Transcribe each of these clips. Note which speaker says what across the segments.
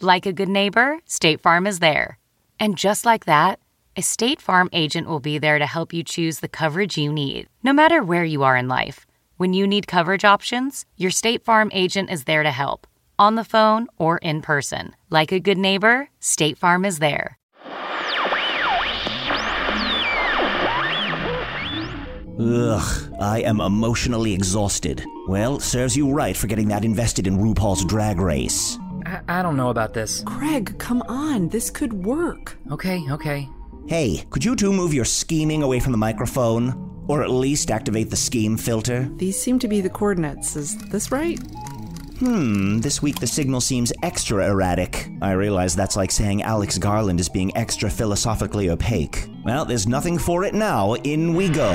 Speaker 1: Like a good neighbor, State Farm is there. And just like that, a State Farm agent will be there to help you choose the coverage you need, no matter where you are in life. When you need coverage options, your State Farm agent is there to help, on the phone or in person. Like a good neighbor, State Farm is there.
Speaker 2: Ugh, I am emotionally exhausted. Well, serves you right for getting that invested in RuPaul's drag race.
Speaker 3: I, I don't know about this.
Speaker 4: Craig, come on. This could work.
Speaker 3: Okay, okay.
Speaker 2: Hey, could you two move your scheming away from the microphone? Or at least activate the scheme filter?
Speaker 4: These seem to be the coordinates. Is this right?
Speaker 2: Hmm, this week the signal seems extra erratic. I realize that's like saying Alex Garland is being extra philosophically opaque. Well, there's nothing for it now. In we go.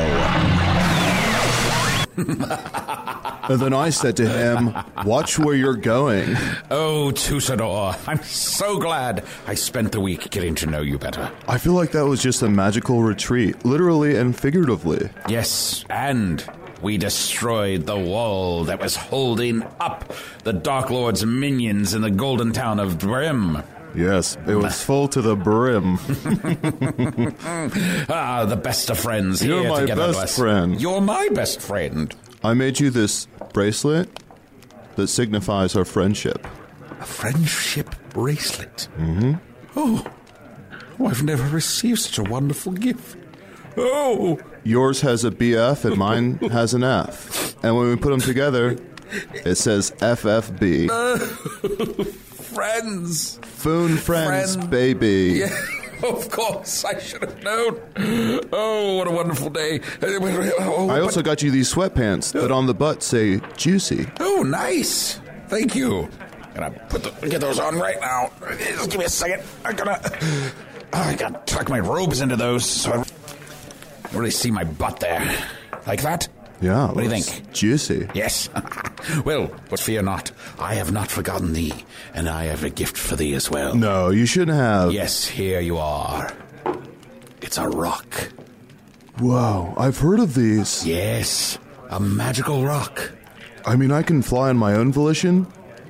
Speaker 5: And then I said to him, Watch where you're going.
Speaker 6: Oh, Tussador, I'm so glad I spent the week getting to know you better.
Speaker 5: I feel like that was just a magical retreat, literally and figuratively.
Speaker 6: Yes, and we destroyed the wall that was holding up the Dark Lord's minions in the golden town of Brim.
Speaker 5: Yes, it was full to the brim.
Speaker 6: Ah, the best of friends
Speaker 5: You're
Speaker 6: here
Speaker 5: my
Speaker 6: together
Speaker 5: best
Speaker 6: to us.
Speaker 5: friend.
Speaker 6: You're my best friend.
Speaker 5: I made you this bracelet that signifies our friendship.
Speaker 6: A friendship bracelet. Mm-hmm. Oh, oh, I've never received such a wonderful gift. Oh,
Speaker 5: Yours has a BF and mine has an F. And when we put them together, it says FFB.
Speaker 6: friends.
Speaker 5: Foon friends,
Speaker 6: friend.
Speaker 5: baby.
Speaker 6: Yeah, of course, I should have known. Oh, what a wonderful day. Oh,
Speaker 5: I also got you these sweatpants that on the butt say juicy.
Speaker 6: oh nice. Thank you. Gonna put the, get those on right now. Just give me a second. I gotta. Oh, I gotta tuck my robes into those so I really see my butt there. Like that?
Speaker 5: Yeah.
Speaker 6: What do you
Speaker 5: looks
Speaker 6: think?
Speaker 5: Juicy.
Speaker 6: Yes. well, but fear not. I have not forgotten thee, and I have a gift for thee as well.
Speaker 5: No, you shouldn't have.
Speaker 6: Yes, here you are. It's a rock.
Speaker 5: Wow, I've heard of these.
Speaker 6: Yes, a magical rock.
Speaker 5: I mean, I can fly on my own volition,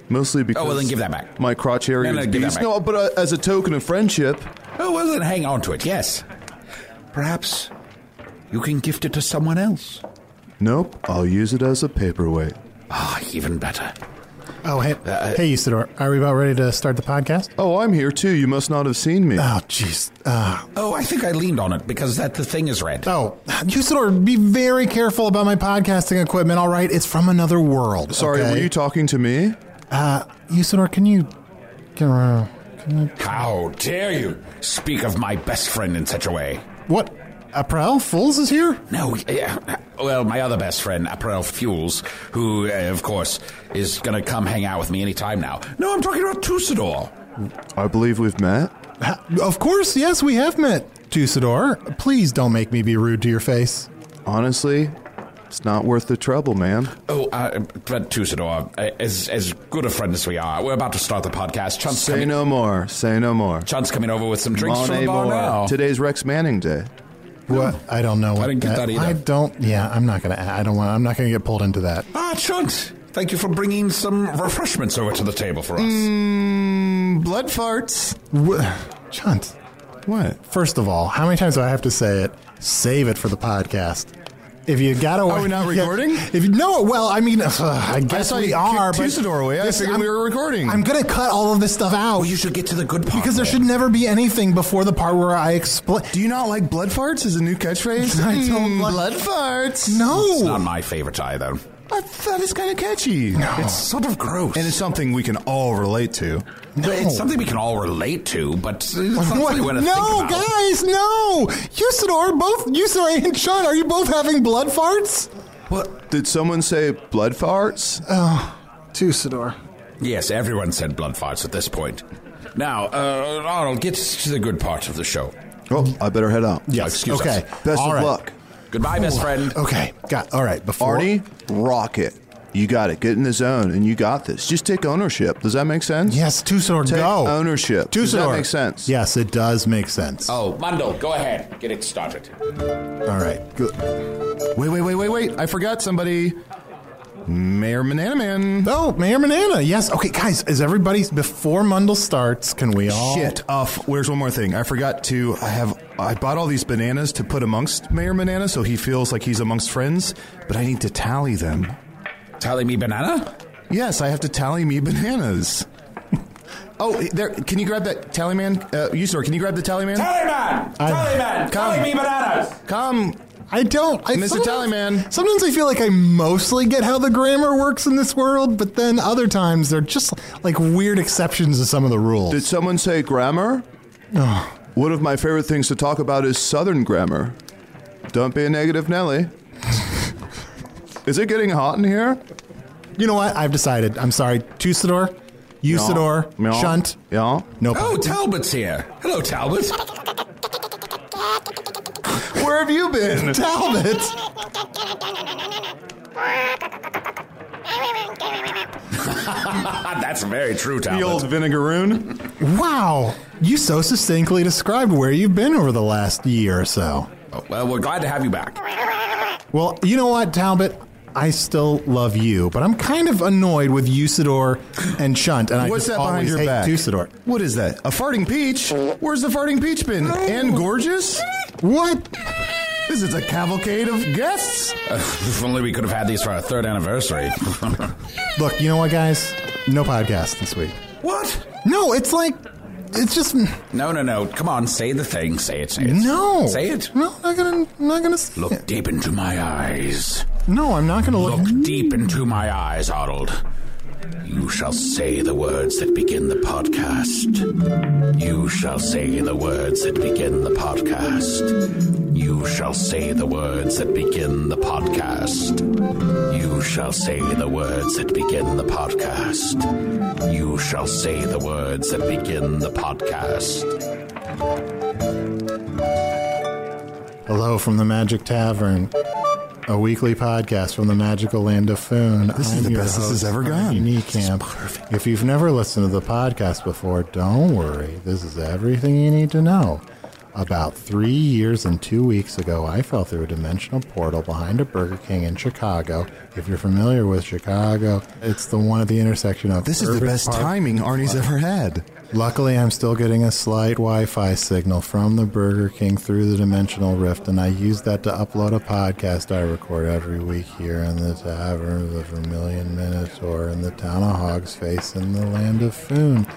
Speaker 5: mostly because.
Speaker 6: Oh, well, then give that back.
Speaker 5: My crotch area
Speaker 6: No, no,
Speaker 5: is
Speaker 6: give that
Speaker 5: beast.
Speaker 6: back.
Speaker 5: No, but uh, as a token of friendship,
Speaker 6: Oh, well, then hang on to it, yes. Perhaps you can gift it to someone else.
Speaker 5: nope. I'll use it as a paperweight.
Speaker 6: Ah, even better.
Speaker 7: Oh, hey, hey, Isidore, are we about ready to start the podcast?
Speaker 5: Oh, I'm here too. You must not have seen me.
Speaker 7: Oh, jeez. Uh,
Speaker 6: Oh, I think I leaned on it because that the thing is red.
Speaker 7: oh, Isidore, be very careful about my podcasting equipment, all right? It's from another world.
Speaker 5: Sorry,
Speaker 7: okay?
Speaker 5: were you talking to me?
Speaker 7: Isidore, can you. Can, uh,
Speaker 6: How dare you speak of my best friend in such a way?
Speaker 7: what? April? Fools is here?
Speaker 6: No, yeah. Well, my other best friend, April Fuels, who, uh, of course, is going to come hang out with me any time now. No, I'm talking about Tussador.
Speaker 5: I believe we've met.
Speaker 7: Ha- Of course, yes, we have met, Tusador. Please don't make me be rude to your face.
Speaker 5: Honestly, it's not worth the trouble, man.
Speaker 6: Oh, uh, but Tussador, uh, as, as good a friend as we are, we're about to start the podcast. Chunt's,
Speaker 5: Say
Speaker 6: coming,
Speaker 5: no more. Say no more.
Speaker 6: Chunt's coming over with some drinks from
Speaker 5: Monet
Speaker 6: the bar
Speaker 5: Moore.
Speaker 6: now.
Speaker 5: Today's Rex Manning Day.
Speaker 7: What? I don't know. What
Speaker 6: didn't get that either.
Speaker 7: I don't. Yeah, I'm not gonna. I don't want. I'm not gonna get pulled into that.
Speaker 6: Ah, Chunt, thank you for bringing some refreshments over to the table for us.
Speaker 5: Hmm, Blood farts.
Speaker 7: Wh- Chunt.
Speaker 5: What?
Speaker 7: First of all, how many times do I have to say it? Save it for the podcast. If you gotta,
Speaker 5: Are we not recording?
Speaker 7: If you no, well, I mean, I guess
Speaker 5: thought
Speaker 7: we
Speaker 5: you
Speaker 7: are.
Speaker 5: kicked
Speaker 7: but
Speaker 5: Tusador away. I figured we were recording.
Speaker 7: I'm gonna cut all of this stuff out
Speaker 6: Oh, you should get to the good part.
Speaker 7: because there should never be anything before the part where I explain.
Speaker 5: Do you not like blood farts? Is a new catchphrase?
Speaker 7: I don't
Speaker 5: Mm,
Speaker 7: like-
Speaker 5: blood farts.
Speaker 6: It's not
Speaker 7: No,
Speaker 6: my favorite tie, though.
Speaker 5: I thought it's kind of catchy.
Speaker 6: It's sort of gross.
Speaker 5: Oh. And it's something we can all relate to.
Speaker 6: But It's something we can all relate to, but it's not
Speaker 7: What?
Speaker 6: something we want to
Speaker 7: No,
Speaker 6: think about.
Speaker 7: guys, no! Usador, both Usador and Sean, are you both having blood farts?
Speaker 5: What? Did someone say blood farts?
Speaker 7: Tusador.
Speaker 6: Yes, everyone said blood farts at this point. Now, uh, Arnold, get to the good part of the show.
Speaker 5: oh, I better head out.
Speaker 7: Yes.
Speaker 6: Excuse
Speaker 7: okay.
Speaker 6: us.
Speaker 5: Best
Speaker 7: All
Speaker 5: of
Speaker 7: right.
Speaker 5: luck.
Speaker 6: Goodbye, best friend.
Speaker 7: Okay. Got. All right. Before
Speaker 5: Arnie, rock it. You got it. Get in the zone, and you got this. Just take ownership. Does that make sense?
Speaker 7: Yes, Tusador,
Speaker 5: Take
Speaker 7: go.
Speaker 5: ownership.
Speaker 7: Tusador.
Speaker 5: Does that make sense?
Speaker 7: Yes, it does make sense.
Speaker 6: Oh, Mondo, go ahead. Get it started.
Speaker 7: All right.
Speaker 5: Good. Wait, wait, wait, wait, wait. I forgot somebody. Mayor Banana Man.
Speaker 7: Oh, Mayor Manana. Yes. Okay, guys, is everybody before Mundle starts? Can we all?
Speaker 5: Shit. Uh, f- where's one more thing? I forgot to. I have. I bought all these bananas to put amongst Mayor Banana so he feels like he's amongst friends, but I need to tally them.
Speaker 6: Tally me banana?
Speaker 5: Yes, I have to tally me bananas. oh, there. Can you grab that tally man? Uh, Usador, can you grab the tally man?
Speaker 6: Tallyman!
Speaker 5: Come.
Speaker 6: Tallyman! Tally me bananas!
Speaker 5: Come.
Speaker 7: I don't. I
Speaker 5: Mr.
Speaker 7: sometimes-
Speaker 5: Tallyman.
Speaker 7: Sometimes I feel like I mostly get how the grammar works in this world, but then other times they're just like weird exceptions to some of the rules.
Speaker 5: Did someone say grammar? One of my favorite things to talk about is Southern grammar. Don't be a negative Nelly. is it getting hot in here?
Speaker 7: you know what? I've decided. I'm sorry. Tusador, Usador,
Speaker 5: Yeah.
Speaker 7: Shunt.
Speaker 5: Yeah.
Speaker 7: No.
Speaker 6: Oh, Talbot's here. Hello, Talbot.
Speaker 5: Where have you been?
Speaker 7: Talbot.
Speaker 6: Ah, That's very true,
Speaker 5: The
Speaker 6: Talbot.
Speaker 5: old vinegaroon.
Speaker 7: Wow. You so succinctly described where you've been over the last year or so.
Speaker 6: Oh, well, we're glad to have you back.
Speaker 7: Well, you know what, Talbot? I still love you, but I'm kind of annoyed with Usador and Shunt, and I
Speaker 5: What's
Speaker 7: just
Speaker 5: that behind
Speaker 7: always
Speaker 5: your
Speaker 7: hate
Speaker 5: back?
Speaker 7: Usador.
Speaker 5: What is that? A farting peach? Where's the farting peach been? And gorgeous?
Speaker 7: What?
Speaker 5: This is a cavalcade of guests.
Speaker 6: Uh, if only we could have had these for our third anniversary.
Speaker 7: Look, you know what, guys? No podcast this week.
Speaker 6: what?
Speaker 7: No, it's like, it's just
Speaker 6: No, no, no. Come on, say the thing. Say it, say it.
Speaker 7: no.
Speaker 6: Say it.
Speaker 7: No, I'm not gonna, I'm not gonna say
Speaker 6: Look
Speaker 7: it.
Speaker 6: deep into my eyes.
Speaker 7: No, I'm not gonna look.
Speaker 6: Look deep into my eyes, Arnold. You shall say the words that begin the podcast. You shall say the words that begin the podcast. You shall say the words that begin the podcast. You shall say the words that begin the podcast. You shall say the words that begin the podcast.
Speaker 7: Hello from the Magic Tavern, a weekly podcast from the magical land of Foon. This
Speaker 5: is the best this has ever gone.
Speaker 7: Camp. If you've never listened to the podcast before, don't worry. This is everything you need to know. About three years and two weeks ago, I fell through a dimensional portal behind a Burger King in Chicago. If you're familiar with Chicago, it's the one at the intersection of
Speaker 5: This is the
Speaker 7: Irving
Speaker 5: best
Speaker 7: Park
Speaker 5: timing Arnie's ever had.
Speaker 7: Luckily, I'm still getting a slight Wi Fi signal from the Burger King through the dimensional rift, and I use that to upload a podcast I record every week here in the tavern of the Vermilion Minotaur in the town of Hog's Face in the land of Foon.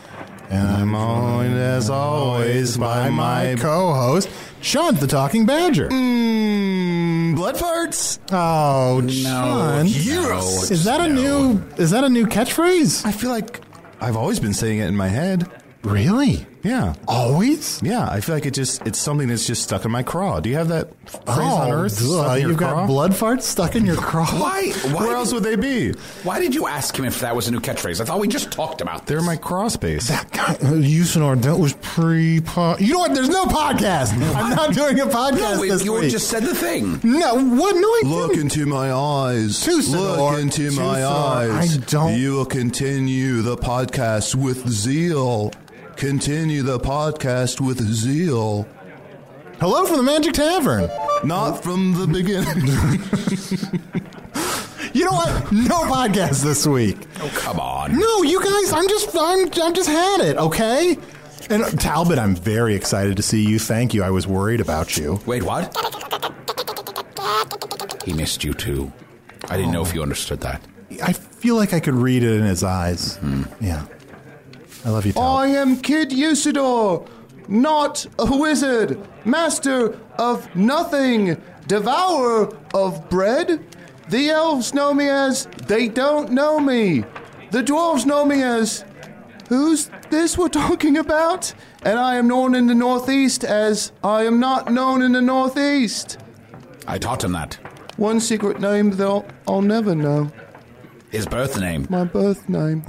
Speaker 7: And I'm joined, as always, by my co host, Sean the Talking Badger.
Speaker 5: Mmm, blood farts?
Speaker 7: Oh, Sean.
Speaker 6: Euros.
Speaker 7: Is that a new is that a new catchphrase?
Speaker 5: I feel like I've always been saying it in my head.
Speaker 7: Really?
Speaker 5: Yeah.
Speaker 7: Always?
Speaker 5: Yeah, I feel like it just it's something that's just stuck in my craw. Do you have that phrase on earth?
Speaker 7: Oh, duh,
Speaker 5: stuck in your
Speaker 7: you've
Speaker 5: craw?
Speaker 7: got blood farts stuck in your craw.
Speaker 6: Why? Why,
Speaker 5: Where else would they be?
Speaker 6: why did you ask him if that was a new catchphrase? I thought we just talked about this.
Speaker 5: They're in my craw space.
Speaker 7: That guy, Usador, that was pre pod. You know what? There's no podcast. I'm not doing a
Speaker 6: No,
Speaker 7: podcast this
Speaker 6: Oh, you
Speaker 7: week.
Speaker 6: just said the thing.
Speaker 7: no, what? No, I
Speaker 5: Look
Speaker 7: didn't.
Speaker 5: into my eyes.
Speaker 7: Tusador,
Speaker 5: Look into my
Speaker 7: Tusador,
Speaker 5: eyes.
Speaker 7: I don't-
Speaker 5: You will continue the podcast with zeal. Continue the podcast with zeal.
Speaker 7: Hello from the Magic Tavern.
Speaker 5: Not from the beginning.
Speaker 7: You know what? No podcast this week.
Speaker 6: Oh, come on.
Speaker 7: No, you guys, I'm just, I'm, I'm just had it. Okay. And uh, Talbot, I'm very excited to see you. Thank you. I was worried about you.
Speaker 6: Wait, what? He missed you too. I didn't know if you understood that.
Speaker 7: I feel like I could read it in his eyes. Yeah. I love you, Tal.
Speaker 5: Hmm. Oh, I am Kid Usador, not a wizard, master of nothing, devourer of bread. The elves know me as they don't know me. The dwarves know me as who's this we're talking about? And I am known in the northeast as I am not known in the northeast.
Speaker 6: I taught him that.
Speaker 5: One secret name they'll I'll never know.
Speaker 6: His birth name.
Speaker 5: My birth name.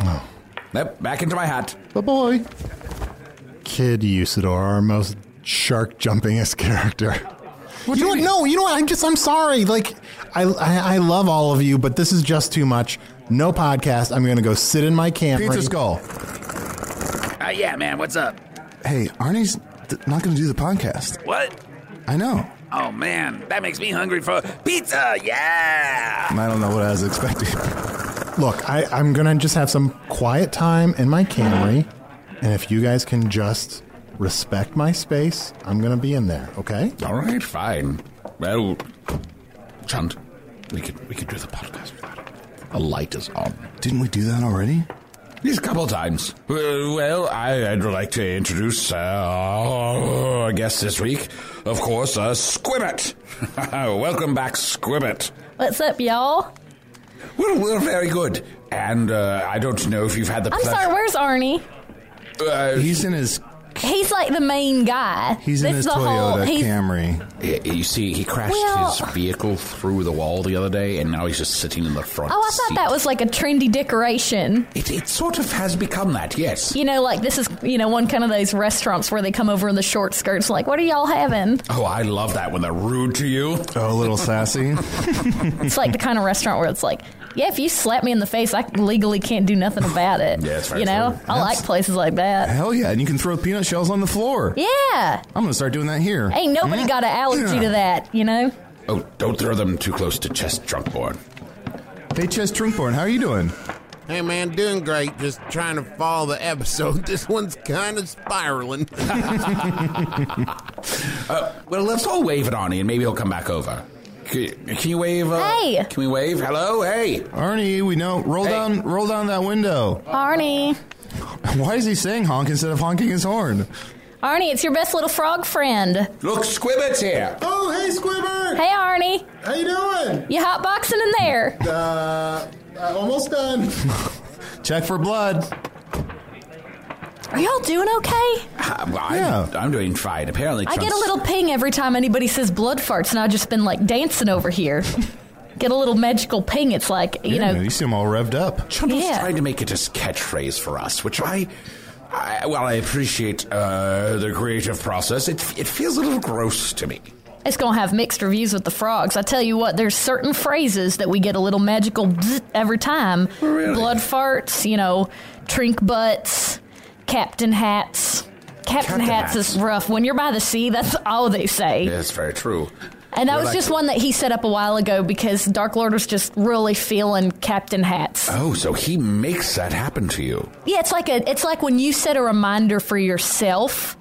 Speaker 6: Yep, back into my hat.
Speaker 5: Bye bye.
Speaker 7: Kid Usador, our most shark jumpingest character. you know what? No, you know what? I'm just, I'm sorry. Like, I, I, I love all of you, but this is just too much. No podcast. I'm going to go sit in my camp.
Speaker 5: Pizza Skull.
Speaker 6: Uh, yeah, man, what's up?
Speaker 5: Hey, Arnie's not going to do the podcast.
Speaker 6: What?
Speaker 5: I know.
Speaker 6: Oh, man, that makes me hungry for pizza. Yeah!
Speaker 5: I don't know what I was expecting.
Speaker 7: Look, I, I'm going to just have some quiet time in my Camry. And if you guys can just respect my space, I'm going to be in there, okay?
Speaker 6: All right, fine. Well, Chunt, we could we could do the podcast without it. A light is on.
Speaker 5: Didn't we do that already?
Speaker 6: These couple times. Well, well, I, I'd like to introduce uh, our guest this week. Of course, uh, Squibbit. Welcome back, Squibbit.
Speaker 4: What's up, y'all?
Speaker 6: Well, we're very good. And uh, I don't know if you've had the
Speaker 4: I'm
Speaker 6: pleasure.
Speaker 4: sorry, where's Arnie?
Speaker 6: Uh,
Speaker 5: He's in his
Speaker 4: He's like the main guy.
Speaker 7: He's
Speaker 4: That's
Speaker 7: in his
Speaker 4: the whole,
Speaker 7: Toyota
Speaker 4: he's,
Speaker 7: Camry.
Speaker 6: Y- You see, he crashed
Speaker 4: Well-
Speaker 6: his vehicle through the wall the other day, and now he's just sitting in the front.
Speaker 4: Oh, I thought
Speaker 6: seat.
Speaker 4: that was like a trendy decoration.
Speaker 6: It, it sort of has become that, yes.
Speaker 4: You know, like this is, you know, one kind of those restaurants where they come over in the short skirts, like, what are y'all having?
Speaker 6: Oh, I love that when they're rude to you.
Speaker 7: Oh, a little sassy.
Speaker 4: It's like the kind of restaurant where it's like, yeah, if you slap me in the face, I legally can't do nothing about it.
Speaker 6: Yeah, that's very
Speaker 4: You know,
Speaker 6: true.
Speaker 4: I like places like that.
Speaker 5: Hell yeah, and you can throw peanut shells on the floor.
Speaker 4: Yeah.
Speaker 5: I'm gonna start doing that here.
Speaker 4: Ain't nobody got an allergy to that, you know?
Speaker 6: Oh, don't throw them too close to chest drunk board.
Speaker 5: Hey, Chess Trinkborn, how are you doing?
Speaker 8: Hey man, doing great. Just trying to follow the episode. This one's kind of spiraling.
Speaker 6: Uh, Well, let's all wave at Arnie, and maybe he'll come back over. C- Can you wave? Uh,
Speaker 4: Hey.
Speaker 6: Can we wave? Hello? Hey!
Speaker 5: Arnie, we know. Roll down, roll down that window.
Speaker 4: Arnie.
Speaker 5: Why is he saying honk instead of honking his horn?
Speaker 4: Arnie, it's your best little frog friend.
Speaker 6: Look, Squibbit's here!
Speaker 5: Oh, hey, Squibber,
Speaker 4: Hey, Arnie.
Speaker 5: how you doing?
Speaker 4: You hot boxing in there?
Speaker 5: Uh, almost done. Check for blood.
Speaker 4: Are y'all doing okay?
Speaker 6: Uh, well, I'm,
Speaker 5: Yeah.
Speaker 6: I'm doing fine. Apparently,
Speaker 4: I get a
Speaker 6: Trump's-
Speaker 4: little ping every time anybody says blood farts, and I've just been like dancing over here. get a little magical ping. It's like you
Speaker 5: yeah,
Speaker 4: know,
Speaker 5: you seem all revved up.
Speaker 6: Trundle's
Speaker 4: Yeah.
Speaker 6: trying to make it his catchphrase for us, which I, I well, I appreciate uh, the creative process. It, it feels a little gross to me.
Speaker 4: it's gonna have mixed reviews with the frogs. I tell you what, there's certain phrases that we get a little magical bzzz every time.
Speaker 6: Really?
Speaker 4: Blood farts, you know, trink butts, captain hats. Captain,
Speaker 6: Captain
Speaker 4: hats,
Speaker 6: hats.
Speaker 4: is rough. When you're by the sea, that's all they say.
Speaker 6: Yeah, it's very true.
Speaker 4: And that
Speaker 6: We're
Speaker 4: was
Speaker 6: like-
Speaker 4: just one that he set up a while ago because Dark Lord was just really feeling Captain Hats.
Speaker 6: Oh, so he makes that happen to you.
Speaker 4: Yeah, it's like a it's like when you set a reminder for yourself.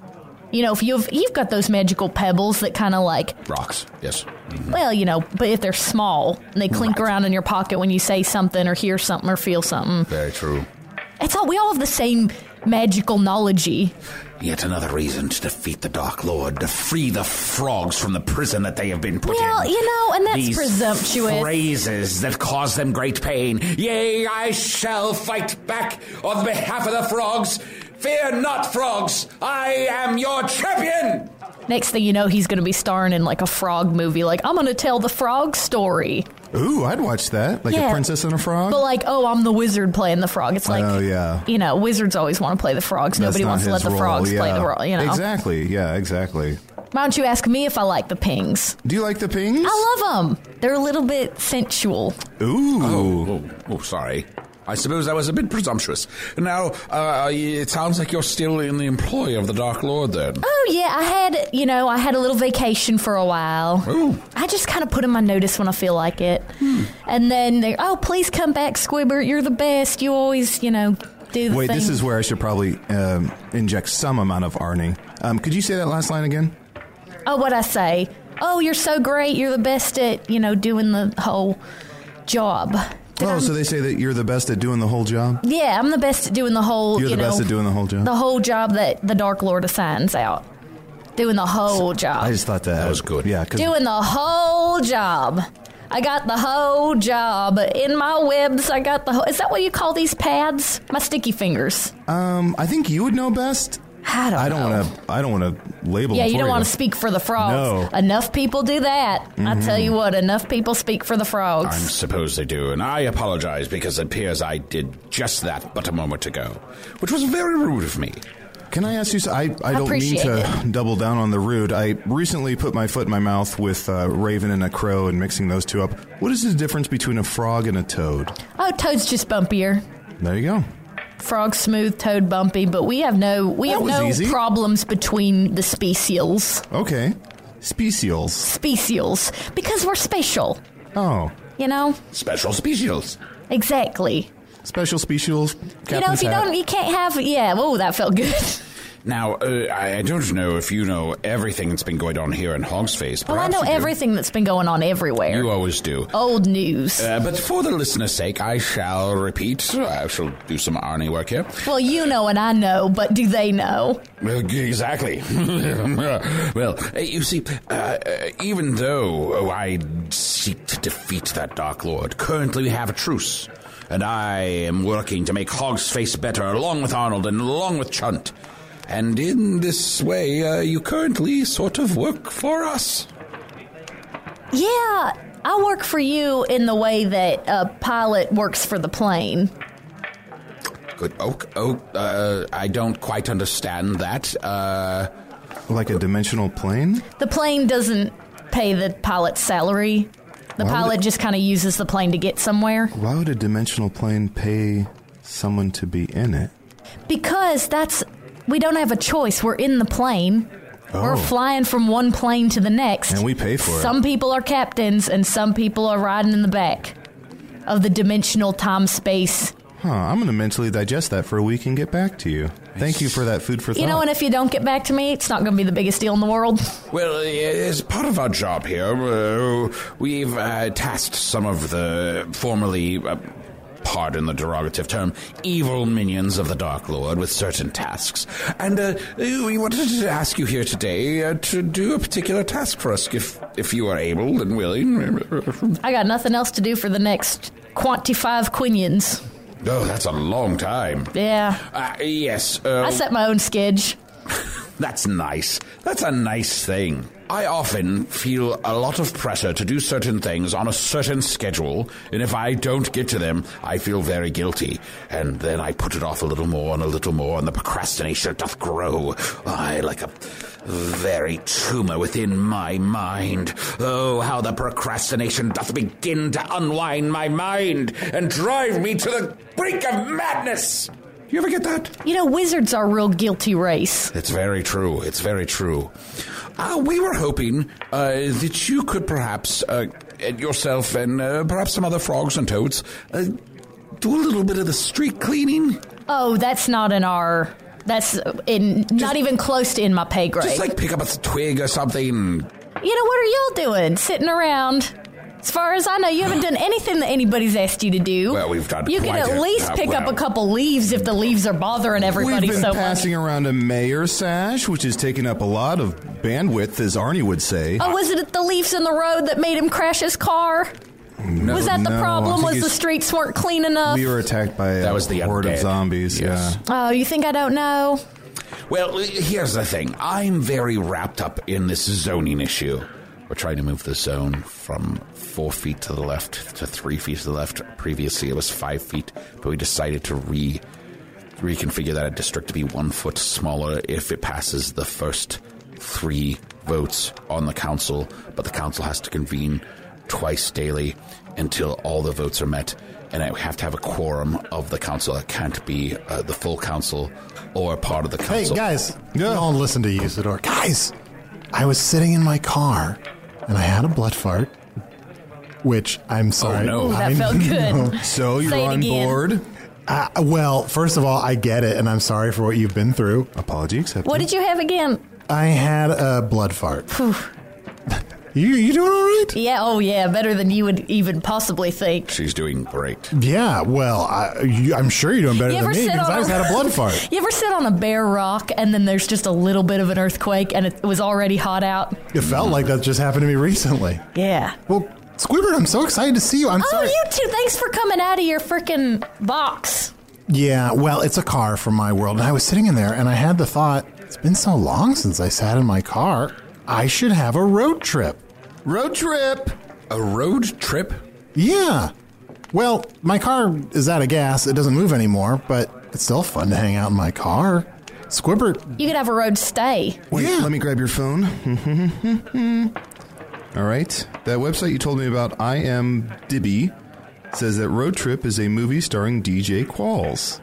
Speaker 4: You know, if you've you've got those magical pebbles that kind of like,
Speaker 6: Rocks, yes. Mm-hmm.
Speaker 4: well, you know, but if they're small and they clink
Speaker 6: Right.
Speaker 4: around in your pocket when you say something or hear something or feel something,
Speaker 6: Very true.
Speaker 4: it's all we all have the same magical knowledge.
Speaker 6: Yet another reason to defeat the Dark Lord, to free the frogs from the prison that they have been put
Speaker 4: Well,
Speaker 6: in.
Speaker 4: you know, and that's
Speaker 6: These
Speaker 4: presumptuous.
Speaker 6: Phrases that cause them great pain. Yea, I shall fight back on behalf of the frogs. Fear not, frogs. I am your champion.
Speaker 4: Next thing you know, he's going to be starring in like a frog movie. Like I'm going to tell the frog story,
Speaker 5: Ooh, I'd watch that. Like a
Speaker 4: Yeah.
Speaker 5: princess and a frog.
Speaker 4: but like, oh, I'm the wizard playing the frog. It's like,
Speaker 5: Oh, yeah.
Speaker 4: you know, wizards always want to play the frogs.
Speaker 5: That's
Speaker 4: Nobody
Speaker 5: not
Speaker 4: wants to let
Speaker 5: his
Speaker 4: the
Speaker 5: role,
Speaker 4: frogs play
Speaker 5: yeah.
Speaker 4: the role. You know,
Speaker 5: Exactly. Yeah, exactly.
Speaker 4: why don't you ask me if I like the pings?
Speaker 5: Do you like the pings?
Speaker 4: I love them. They're a little bit sensual.
Speaker 5: Ooh.
Speaker 6: Oh, oh, sorry. I suppose I was a bit presumptuous. Now, uh, it sounds like you're still in the employ of the Dark Lord, then.
Speaker 4: Oh yeah, I had you know I had a little vacation for a while.
Speaker 6: Ooh. Hmm.
Speaker 4: I just kind of put in my notice when I feel like it, and then they oh please come back, Squibber. You're the best. You always you know do the
Speaker 5: Wait,
Speaker 4: thing.
Speaker 5: this is where I should probably um, inject some amount of Arnie. Um, could you say that last line again?
Speaker 4: oh what I say.
Speaker 7: oh, you're so great, you're the best at, you know, doing the whole job. That
Speaker 9: Oh,
Speaker 7: I'm-
Speaker 9: so they say that you're the best at doing the whole job?
Speaker 7: yeah, I'm the best at doing the whole,
Speaker 9: You're
Speaker 7: you
Speaker 9: the
Speaker 7: know,
Speaker 9: best at doing the whole job?
Speaker 7: the whole job that the Dark Lord assigns out. Doing the whole job.
Speaker 9: I just thought that, was good. Yeah, because
Speaker 7: doing the whole job. I got the whole job in my webs. I got the whole. Is that what you call these pads? My sticky fingers.
Speaker 9: um, I think you would know best.
Speaker 7: I don't.
Speaker 9: I don't want to. I don't want to label.
Speaker 7: yeah,
Speaker 9: them
Speaker 7: you
Speaker 9: for
Speaker 7: don't want
Speaker 9: you.
Speaker 7: to speak for the frogs.
Speaker 9: No. Mm-hmm.
Speaker 7: Enough people do that. I tell
Speaker 6: Mhm.
Speaker 7: you what, enough people speak for the
Speaker 6: I
Speaker 7: frogs.
Speaker 6: suppose they do, and I apologize because it appears I did just that but a moment ago, which was very rude of me.
Speaker 9: Can I ask you? So I I don't mean
Speaker 7: Appreciate
Speaker 9: to double down on the rude. I recently put my foot in my mouth with uh, raven and a crow and mixing those two up. What is the difference between a frog and a toad?
Speaker 7: oh, toad's just bumpier.
Speaker 9: There you go.
Speaker 7: Frog smooth, toad bumpy, but we have no we
Speaker 9: That
Speaker 7: have
Speaker 9: was
Speaker 7: no
Speaker 9: easy.
Speaker 7: problems between the specials.
Speaker 9: Okay. Specials.
Speaker 7: Specials. Because we're special.
Speaker 9: Oh,
Speaker 7: You know?
Speaker 6: Special specials.
Speaker 7: Exactly.
Speaker 9: special specials.
Speaker 7: you know, if
Speaker 6: Captain's
Speaker 7: you
Speaker 6: hat.
Speaker 7: don't you can't have yeah, oh that felt good.
Speaker 6: Now, uh, I I don't know if you know everything that's been going on here in Hogsface.
Speaker 7: well I
Speaker 6: Perhaps
Speaker 7: know
Speaker 6: you do.
Speaker 7: everything that's been going on everywhere.
Speaker 6: You always do.
Speaker 7: Old news.
Speaker 6: Uh, but for the listener's sake, I shall repeat. I shall do some Arnie work here.
Speaker 7: well, you know and I know, but do they know?
Speaker 6: Well, g- Exactly. well, uh, you see, uh, uh, even though oh, I seek to defeat that Dark Lord, currently we have a truce. And I am working to make Hog's Face better, along with Arnold and along with Chunt. And in this way, uh, you currently sort of work for us.
Speaker 7: Yeah, I work for you in the way that a pilot works for the plane.
Speaker 6: Good. Oh, oh uh, I don't quite understand that. Uh,
Speaker 9: like a dimensional plane.
Speaker 7: The plane doesn't pay the pilot's salary. The
Speaker 9: Why would
Speaker 7: pilot
Speaker 9: it-
Speaker 7: just kind of uses the plane to get somewhere
Speaker 9: Why would a dimensional plane pay someone to be in it?
Speaker 7: because that's we don't have a choice. We're in the plane. We're flying from one plane to the next.
Speaker 9: Oh. And we pay for it.
Speaker 7: some people are captains and some people are riding in the back of the dimensional time space.
Speaker 9: Huh, I'm going to mentally digest that for a week and get back to you. Thank you for that food for thought.
Speaker 7: You know, and if you don't get back to me, it's not going to be the biggest deal in the world.
Speaker 6: Well, uh, as part of our job here, uh, we've uh, tasked some of the formerly, uh, pardon the derogative term, evil minions of the Dark Lord with certain tasks. And uh, we wanted to ask you here today uh, to do a particular task for us, if, if you are able and willing.
Speaker 7: I got nothing else to do for the next quantifive quinions.
Speaker 6: Oh, that's a long time.
Speaker 7: Yeah.
Speaker 6: Uh, yes. Uh,
Speaker 7: I set my own skidge.
Speaker 6: That's nice. That's a nice thing. I often feel a lot of pressure to do certain things on a certain schedule, and if I don't get to them, I feel very guilty. And then I put it off a little more and a little more, and the procrastination doth grow. I like a very tumor within my mind. Oh, how the procrastination doth begin to unwind my mind and drive me to the brink of madness! You ever get that?
Speaker 7: You know, wizards are a real guilty race.
Speaker 6: It's very true. It's very true. Uh, we were hoping uh, that you could perhaps, uh, and yourself and uh, perhaps some other frogs and toads, uh, do a little bit of the street cleaning.
Speaker 7: Oh, that's not in our. That's in not even close to in my pay grade.
Speaker 6: Just like pick up a twig or something.
Speaker 7: you know, what are y'all doing? Sitting around. As far as I know, you haven't done anything that anybody's asked you to do.
Speaker 6: Well, we've done
Speaker 7: You can
Speaker 6: quite
Speaker 7: at
Speaker 6: a-
Speaker 7: least
Speaker 6: uh,
Speaker 7: pick up
Speaker 6: well.
Speaker 7: a couple leaves if the leaves are bothering everybody
Speaker 9: We've been
Speaker 7: so much.
Speaker 9: passing around a mayor sash, which is taking up a lot of bandwidth, as Arnie would say.
Speaker 7: Oh, was it the leaves in the road that made him crash his car?
Speaker 9: No,
Speaker 7: was that the
Speaker 9: no, I
Speaker 7: problem?
Speaker 9: think
Speaker 7: Was the
Speaker 9: he's-
Speaker 7: streets weren't clean enough?
Speaker 9: We were attacked by a
Speaker 6: That was the
Speaker 9: horde of
Speaker 6: undead.
Speaker 9: zombies.
Speaker 6: Yes.
Speaker 7: Oh, you think I don't know?
Speaker 6: Well, here's the thing. I'm very wrapped up in this zoning issue. We're trying to move the zone from four feet to the left to three feet to the left. Previously, it was five feet, but we decided to re reconfigure that district to be one foot smaller if it passes the first three votes on the council. But the council has to convene twice daily until all the votes are met, and I have to have a quorum of the council. It can't be uh, the full council or part of the
Speaker 5: Hey,
Speaker 6: council.
Speaker 5: guys, don't listen to Usador. Guys, I was sitting in my car and I had a blood fart, which I'm sorry.
Speaker 6: Oh, no. Ooh,
Speaker 7: that
Speaker 5: I
Speaker 7: felt good.
Speaker 5: know.
Speaker 9: Yeah. So you're
Speaker 7: Say it
Speaker 9: on
Speaker 7: again.
Speaker 9: board.
Speaker 5: Uh, well, first of all, I get it, and I'm sorry for what you've been through.
Speaker 9: Apology accepted.
Speaker 7: What did you have again?
Speaker 5: I had a blood fart. You you doing all right?
Speaker 7: Yeah, oh yeah, better than you would even possibly think.
Speaker 6: She's doing great.
Speaker 5: Yeah, well, I, you, I'm sure you're doing better
Speaker 7: You
Speaker 5: than
Speaker 7: ever
Speaker 5: me
Speaker 7: sit
Speaker 5: because
Speaker 7: on
Speaker 5: I just had a blood fart.
Speaker 7: You ever sit on a bare rock and then there's just a little bit of an earthquake and it was already hot out?
Speaker 5: It felt like that just happened to me recently.
Speaker 7: Yeah.
Speaker 5: Well, Squidward, I'm so excited to see you. I'm
Speaker 7: oh,
Speaker 5: sorry.
Speaker 7: you two, thanks for coming out of your freaking box.
Speaker 5: Yeah, well, it's a car from my world. And I was sitting in there and I had the thought, it's been so long since I sat in my car. I should have a road trip.
Speaker 10: Road trip?
Speaker 6: A road trip?
Speaker 5: Yeah. Well, my car is out of gas. It doesn't move anymore, but it's still fun to hang out in my car. Squibbert.
Speaker 7: You could have a road stay.
Speaker 9: Wait, let me grab your phone. All right. That website you told me about, I Am Dibby, says that Road Trip is a movie starring DJ Qualls.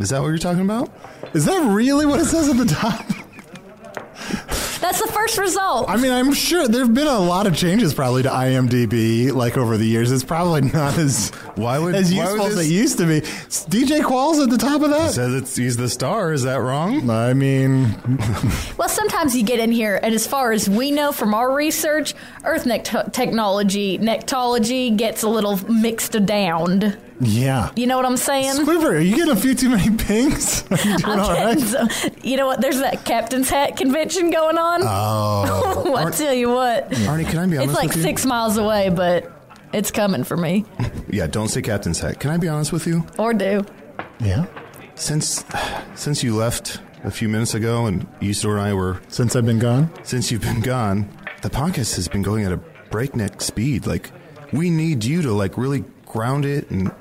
Speaker 9: Is that what you're talking about?
Speaker 5: Is that really what it says at the top?
Speaker 7: That's the first result.
Speaker 5: I mean, I'm sure there have been a lot of changes probably to IMDb like over the years. It's probably not as
Speaker 9: why would
Speaker 5: as
Speaker 9: why would
Speaker 5: useful as
Speaker 9: this-
Speaker 5: it used to be. S- DJ Qualls at the top of that.
Speaker 9: Says it's, he's the star. Is that wrong?
Speaker 5: I mean,
Speaker 7: Well, sometimes you get in here, and as far as we know from our research, Earth nect- technology, nectology gets a little mixed down.
Speaker 5: yeah.
Speaker 7: You know what I'm saying?
Speaker 5: Squibber, are you getting a few too many pings? Are you doing all
Speaker 7: I'm
Speaker 5: right?
Speaker 7: getting some- you know what? There's that captain's hat convention going on.
Speaker 9: Oh.
Speaker 7: I tell you what,
Speaker 9: Arnie, can I be honest
Speaker 7: it's like
Speaker 9: with you?
Speaker 7: six miles away, but it's coming for me.
Speaker 9: Yeah, don't say Captain's Hat. Can I be honest with you?
Speaker 7: Or do.
Speaker 5: Yeah.
Speaker 9: Since since you left a few minutes ago and Isidore and I were
Speaker 5: Since I've been gone?
Speaker 9: since you've been gone, the podcast has been going at a breakneck speed. Like we need you to like really ground it and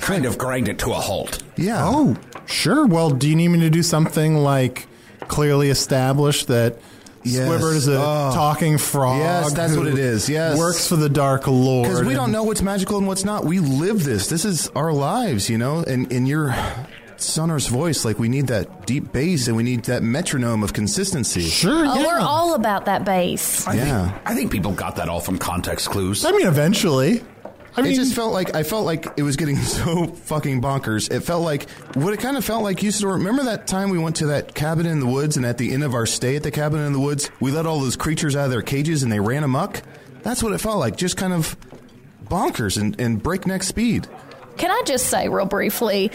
Speaker 6: Kind of grind it to a halt.
Speaker 9: yeah.
Speaker 5: Oh, sure. Well, do you need me to do something like clearly establish that
Speaker 9: Yes.
Speaker 5: Squibber is a
Speaker 9: Oh.
Speaker 5: talking frog?
Speaker 9: Yes, that's
Speaker 5: who
Speaker 9: what it is. Yes.
Speaker 5: Works for the Dark Lord.
Speaker 9: Because we
Speaker 5: and-
Speaker 9: don't know what's magical and what's not. We live this. This is our lives, you know? And in your sonorous voice, like we need that deep bass and we need that metronome of consistency.
Speaker 5: Sure,
Speaker 7: Oh,
Speaker 5: yeah.
Speaker 7: we're all about that base.
Speaker 6: I
Speaker 9: Yeah.
Speaker 6: Think, I think people got that all from context clues.
Speaker 5: I mean, eventually. I mean,
Speaker 9: it just felt like I felt like it was getting so fucking bonkers. It felt like what it kind of felt like. You still remember that time we went to that cabin in the woods, and at the end of our stay at the cabin in the woods, we let all those creatures out of their cages and they ran amok. That's what it felt like, just kind of bonkers and, and breakneck speed.
Speaker 7: Can I just say, real briefly,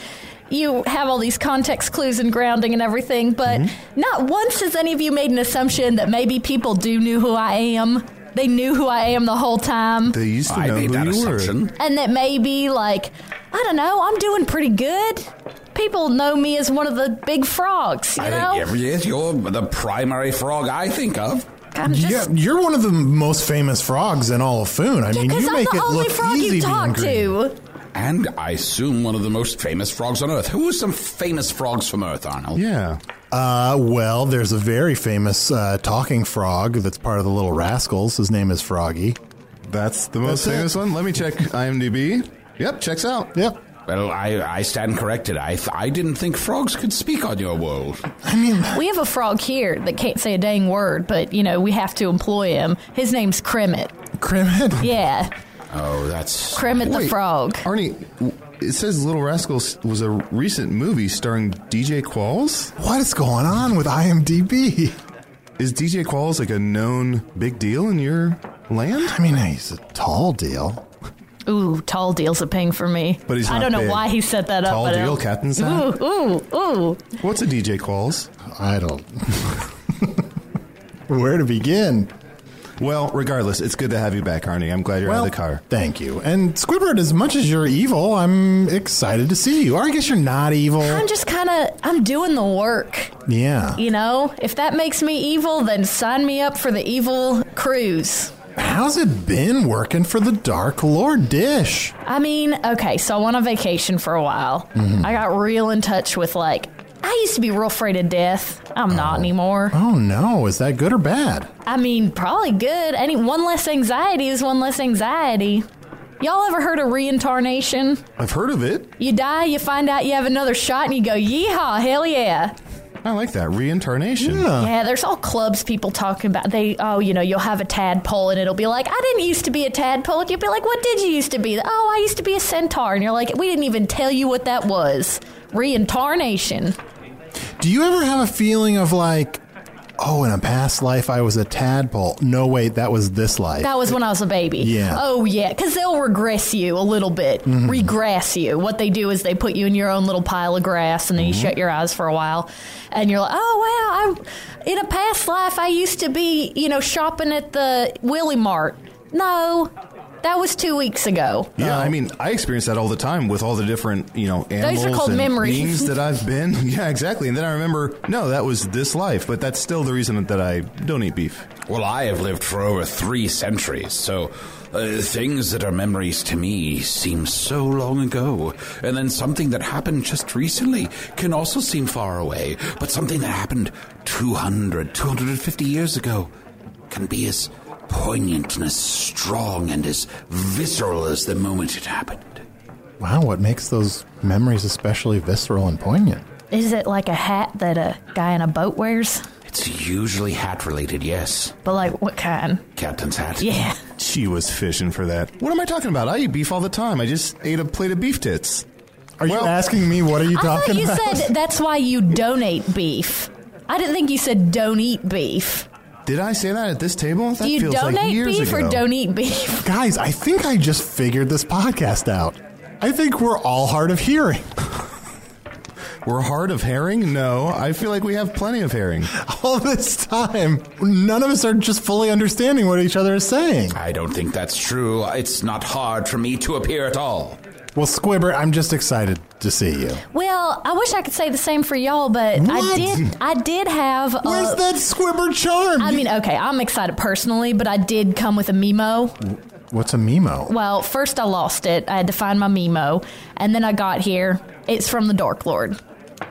Speaker 7: you have all these context clues and grounding and everything, but
Speaker 5: Mm-hmm.
Speaker 7: not once has any of you made an assumption that maybe people do knew who I am. They knew who I am the whole time.
Speaker 9: They used to
Speaker 6: I
Speaker 9: know
Speaker 6: made
Speaker 9: who
Speaker 6: that
Speaker 9: you
Speaker 6: assumption.
Speaker 9: were.
Speaker 7: and that maybe, like, I don't know, I'm doing pretty good. People know me as one of the big frogs, you
Speaker 6: I
Speaker 7: know?
Speaker 6: think every- yes, you're the primary frog I think of.
Speaker 7: I'm just.
Speaker 5: yeah, you're one of the most famous frogs in all of Foon. I mean,
Speaker 7: because
Speaker 5: you
Speaker 7: I'm
Speaker 5: make
Speaker 7: the
Speaker 5: it
Speaker 7: only
Speaker 5: look
Speaker 7: frog
Speaker 5: easy
Speaker 7: you
Speaker 5: being
Speaker 7: talk
Speaker 5: green.
Speaker 7: to.
Speaker 6: And I assume one of the most famous frogs on Earth. Who are some famous frogs from Earth, Arnold?
Speaker 9: Yeah.
Speaker 5: Uh, well, there's a very famous uh, talking frog that's part of the Little Rascals. His name is Froggy.
Speaker 9: That's the most
Speaker 5: That's it.
Speaker 9: famous one. Let me check IMDb. Yep, checks out.
Speaker 5: Yep.
Speaker 6: Well, I, I stand corrected. I, th- I didn't think frogs could speak on your world.
Speaker 7: We have a frog here that can't say a dang word, but, you know, we have to employ him. His name's Kremet.
Speaker 5: Crimit.
Speaker 7: Yeah,
Speaker 6: Oh, that's.
Speaker 7: Kremet the
Speaker 9: Wait,
Speaker 7: Frog.
Speaker 9: Arnie, w- it says Little Rascals was a recent movie starring DJ Qualls.
Speaker 5: What is going on with IMDb?
Speaker 9: Is DJ Qualls like a known big deal in your land?
Speaker 5: I mean, he's a tall deal.
Speaker 7: Ooh, tall deal's a ping for me.
Speaker 9: But he's
Speaker 7: I
Speaker 9: not
Speaker 7: don't know
Speaker 9: big.
Speaker 7: why he set that
Speaker 9: Tall
Speaker 7: up. but I
Speaker 9: deal,
Speaker 7: don't-
Speaker 9: Captain Sam.
Speaker 7: Ooh, ooh, ooh.
Speaker 9: What's a DJ Qualls?
Speaker 5: I don't. Where to begin?
Speaker 9: Well, regardless, it's good to have you back, Arnie. I'm glad you're out of the car.
Speaker 5: thank you. And Squidward, as much as you're evil, I'm excited to see you. Or I guess you're not evil.
Speaker 7: I'm just kind of I'm doing the work,
Speaker 5: yeah.
Speaker 7: you know. If that makes me evil, then sign me up for the evil cruise.
Speaker 5: How's it been working for the Dark Lord Dish?
Speaker 7: I mean, okay, so I went on vacation for a while.
Speaker 9: Mm-hmm.
Speaker 7: I got real in touch with like I used to be real afraid of death. I'm not anymore.
Speaker 5: Oh no, is that good or bad?
Speaker 7: I mean, probably good. Any one less anxiety is one less anxiety. Y'all ever heard of reincarnation?
Speaker 9: I've heard of it.
Speaker 7: You die, you find out you have another shot, and you go, yeehaw, hell yeah.
Speaker 9: I like that. Reincarnation.
Speaker 5: Uh.
Speaker 7: Yeah, there's all clubs people talking about. They, oh, you know, you'll have a tadpole, and it'll be like, I didn't used to be a tadpole. And You'll be like, what did you used to be? Oh, I used to be a centaur. And you're like, we didn't even tell you what that was. Reincarnation.
Speaker 5: Do you ever have a feeling of like oh, in a past life I was a tadpole. No, wait, that was this life.
Speaker 7: That was when I was a baby.
Speaker 5: Yeah. Mm-hmm.
Speaker 7: Oh, yeah. Because they'll regress you a little bit, regress you. What they do is they put you in your own little pile of grass, and then
Speaker 5: Mm-hmm.
Speaker 7: you shut your eyes for a while, and you're like, oh wow, I in a past life I used to be, you know, shopping at the Willie Mart. No, that was two weeks ago.
Speaker 9: Yeah, I mean, I experience that all the time with all the different, you know,
Speaker 7: are
Speaker 9: animals
Speaker 7: called
Speaker 9: and
Speaker 7: memories.
Speaker 9: beings that I've been. Yeah, exactly. And then I remember, no, that was this life, but that's still the reason that I don't eat beef.
Speaker 6: Well, I have lived for over three centuries, so uh, things that are memories to me seem so long ago. And then something that happened just recently can also seem far away, but something that happened 200, 250 years ago can be as poignant and as strong and as visceral as the moment it happened.
Speaker 5: Wow, what makes those memories especially visceral and poignant?
Speaker 7: Is it like a hat that a guy in a boat wears?
Speaker 6: It's usually hat related, yes.
Speaker 7: But like, what kind?
Speaker 6: Captain's hat.
Speaker 7: Yeah.
Speaker 9: She was fishing for that. What am I talking about? I eat beef all the time. I just ate a plate of beef tits.
Speaker 5: Are you asking me what are you
Speaker 7: I
Speaker 5: talking
Speaker 7: thought you
Speaker 5: about?
Speaker 7: said that's why you donate beef. I didn't think you said don't eat beef.
Speaker 9: Did I say that at this table? That
Speaker 7: Do you
Speaker 9: feels
Speaker 7: donate
Speaker 9: like years
Speaker 7: beef
Speaker 9: ago.
Speaker 7: or don't eat beef?
Speaker 5: Guys, I think I just figured this podcast out. I think we're all hard of hearing.
Speaker 9: We're hard of herring? No, I feel like we have plenty of herring.
Speaker 5: All this time, none of us are just fully understanding what each other is saying.
Speaker 6: I don't think that's true. It's not hard for me to appear at all.
Speaker 5: Well, Squibber, I'm just excited to see you.
Speaker 7: Well, I wish I could say the same for y'all, but I
Speaker 5: What?
Speaker 7: did. I did have. a-
Speaker 5: Where's that Squibber charm?
Speaker 7: I mean, okay, I'm excited personally, but I did come with a memo.
Speaker 5: What's a Mimo?
Speaker 7: Well, first I lost it. I had to find my memo, and then I got here. It's from the Dark Lord.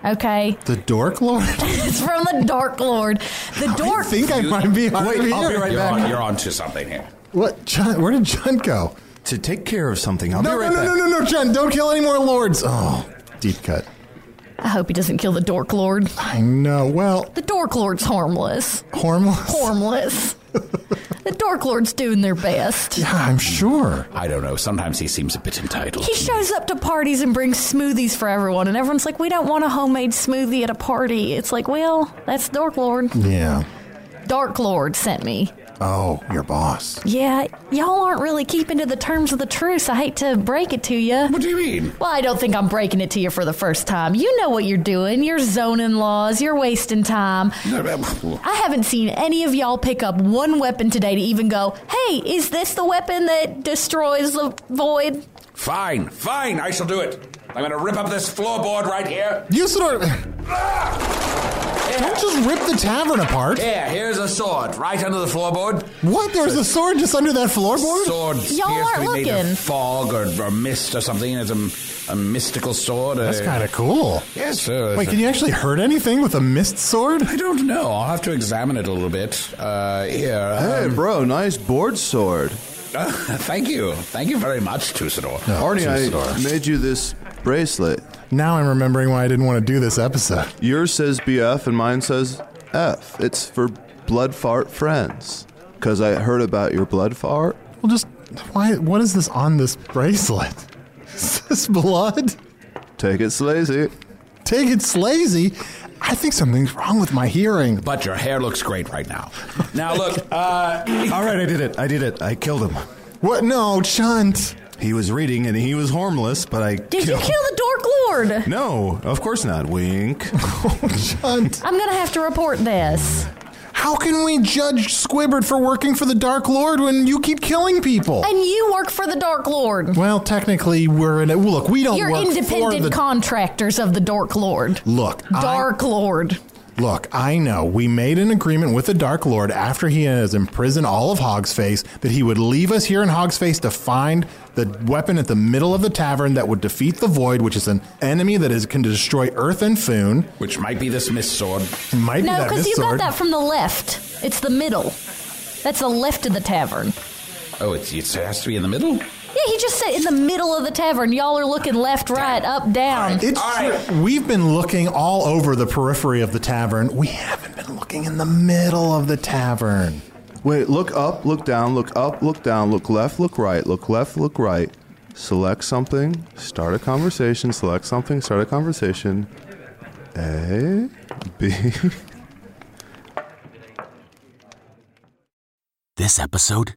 Speaker 7: Okay,
Speaker 5: The Dork Lord?
Speaker 7: it's from the Dark Lord. The
Speaker 5: I
Speaker 7: Dark.
Speaker 5: think I might be hard of
Speaker 9: Wait, I'll be
Speaker 5: hearing.
Speaker 9: right
Speaker 6: You're, on,
Speaker 9: back.
Speaker 6: you're onto something here.
Speaker 5: What? John, where did John go?
Speaker 9: To take care of something. I'll
Speaker 5: no,
Speaker 9: be right
Speaker 5: no,
Speaker 9: back.
Speaker 5: no, no, no, no, John, don't kill any more lords. Oh, deep cut.
Speaker 7: I hope he doesn't kill the Dork Lord.
Speaker 5: I know. Well,
Speaker 7: The Dork Lord's harmless.
Speaker 5: harmless.
Speaker 7: Harmless. the Dark Lord's doing their best.
Speaker 5: Yeah, I'm sure.
Speaker 6: I don't know. Sometimes he seems a bit entitled.
Speaker 7: He shows up to parties and brings smoothies for everyone, and everyone's like, "We don't want a homemade smoothie at a party." It's like, well, that's Dark Lord.
Speaker 5: Yeah.
Speaker 7: Dark Lord sent me.
Speaker 5: Oh, your boss.
Speaker 7: Yeah, y'all aren't really keeping to the terms of the truce. I hate to break it to you.
Speaker 6: What do you mean?
Speaker 7: Well, I don't think I'm breaking it to you for the first time. You know what you're doing. You're zoning laws. You're wasting time. I haven't seen any of y'all pick up one weapon today to even go, hey, is this the weapon that destroys the void?
Speaker 6: Fine, fine, I shall do it. I'm gonna rip up this floorboard right here.
Speaker 5: Usador,
Speaker 6: Here,
Speaker 5: don't just rip the tavern apart.
Speaker 6: here, here's a sword right under the floorboard.
Speaker 5: What? There's a sword just under that floorboard?
Speaker 6: Sword
Speaker 7: Y'all
Speaker 6: appears to
Speaker 7: aren't
Speaker 6: be made
Speaker 7: looking.
Speaker 6: of fog or, or mist or something. It's a, a mystical sword. Uh,
Speaker 5: That's kind of cool.
Speaker 6: Yes, sir.
Speaker 5: Wait, can you actually hurt anything with a mist sword?
Speaker 6: I don't know. I'll have to examine it a little bit. Uh, here.
Speaker 11: Hey,
Speaker 6: um,
Speaker 11: bro, nice board sword.
Speaker 6: thank you. Thank you very much, Tusador.
Speaker 11: Arnie, I
Speaker 6: Tusador.
Speaker 11: made you this bracelet.
Speaker 5: Now I'm remembering why I didn't want to do this episode.
Speaker 11: Yours says BF and mine says F. It's for blood fart friends. Because I heard about your blood fart.
Speaker 5: Well, just why? What is this on this bracelet? Is this blood?
Speaker 11: Take it, Slazy.
Speaker 5: Take it, Slazy. I think something's wrong with my hearing.
Speaker 6: But your hair looks great right now. Now look, uh,
Speaker 9: All right, I did it. I did it. I killed him.
Speaker 5: What? No, Chunt.
Speaker 9: He was reading and he was harmless, but I
Speaker 7: Did you kill the Dork Lord?
Speaker 9: No, of course not. Wink.
Speaker 5: Oh, Chunt.
Speaker 7: I'm going to have to report this.
Speaker 5: How can we judge Squibbert for working for the Dark Lord when you keep killing people?
Speaker 7: And you work for the Dark Lord.
Speaker 5: well, technically, we're in a. Look, we don't
Speaker 7: You're
Speaker 5: work
Speaker 7: independent
Speaker 5: for the.
Speaker 7: contractors of the Dork Lord.
Speaker 5: look, I-
Speaker 7: Dark Lord.
Speaker 5: Look, I know we made an agreement with the Dark Lord after he has imprisoned all of Hogsface that he would leave us here in Hogsface to find the weapon at the middle of the tavern that would defeat the Void, which is an enemy that is can destroy Earth and Foon.
Speaker 6: which might be this mist sword.
Speaker 5: It might be
Speaker 7: No,
Speaker 5: that
Speaker 7: because you
Speaker 5: mist
Speaker 7: got
Speaker 5: sword.
Speaker 7: that from the left. It's the middle. That's the left of the tavern.
Speaker 6: Oh, it's, it's, it has to be in the middle.
Speaker 7: Yeah, he just said in the middle of the tavern. Y'all are looking left, right, up, down.
Speaker 5: it's
Speaker 6: All right.
Speaker 5: true. We've been looking all over the periphery of the tavern. We haven't been looking in the middle of the tavern.
Speaker 11: Wait, look up, look down, look up, look down, look left, look right, look left, look right. Select something, start a conversation, select something, start a conversation. A, B,
Speaker 12: This episode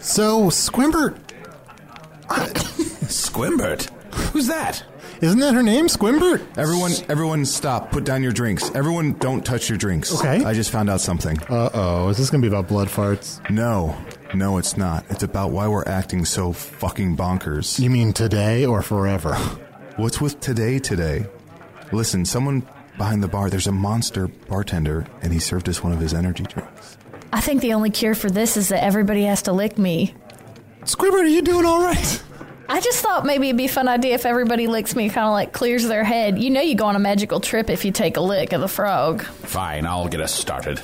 Speaker 5: So, Squimbert.
Speaker 6: Squimbert? Who's that?
Speaker 5: Isn't that her name, Squimbert?
Speaker 9: Everyone, everyone, stop! Put down your drinks. Everyone, don't touch your drinks.
Speaker 5: Okay.
Speaker 9: I just found out something.
Speaker 5: Uh oh, is this gonna be about blood farts?
Speaker 9: No, no, it's not. It's about why we're acting so fucking bonkers.
Speaker 5: You mean today or forever?
Speaker 9: What's with today? Today? Listen, someone behind the bar. There's a monster bartender, and he served us one of his energy drinks.
Speaker 7: I think the only cure for this is that everybody has to lick me.
Speaker 5: Squibbert, are you doing all right?
Speaker 7: I just thought maybe it'd be a fun idea if everybody licks me, kind of like clears their head. You know, you go on a magical trip if you take a lick of the frog.
Speaker 6: Fine, I'll get us started.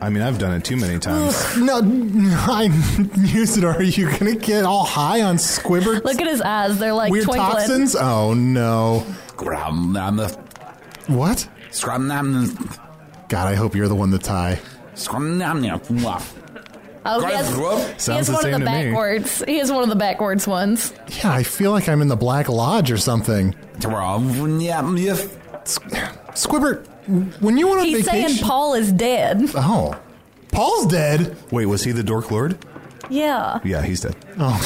Speaker 9: I mean, I've done it too many times.
Speaker 5: No, I'm used Are you gonna get all high on Squibbert?
Speaker 7: Look at his eyes; they're like
Speaker 5: Weird
Speaker 7: twinkling.
Speaker 5: toxins? Oh no!
Speaker 6: Grum, I'm the
Speaker 5: What?
Speaker 6: scrum, nam,
Speaker 5: God, I hope you're the one to tie.
Speaker 6: scrum, nam, nam, waf.
Speaker 7: Oh, he has, he has
Speaker 5: Sounds the
Speaker 7: one
Speaker 5: same
Speaker 7: of
Speaker 5: to
Speaker 7: the
Speaker 5: me.
Speaker 7: backwards. He has one of the backwards ones.
Speaker 5: Yeah, I feel like I'm in the Black Lodge or something.
Speaker 6: Drum, yam, yif.
Speaker 5: Squibbert, when you went on
Speaker 7: He's
Speaker 5: vacation.
Speaker 7: saying Paul is dead.
Speaker 5: oh, Paul's dead.
Speaker 9: Wait, was he the Dork Lord?
Speaker 7: Yeah.
Speaker 9: Yeah, he's dead.
Speaker 5: Oh,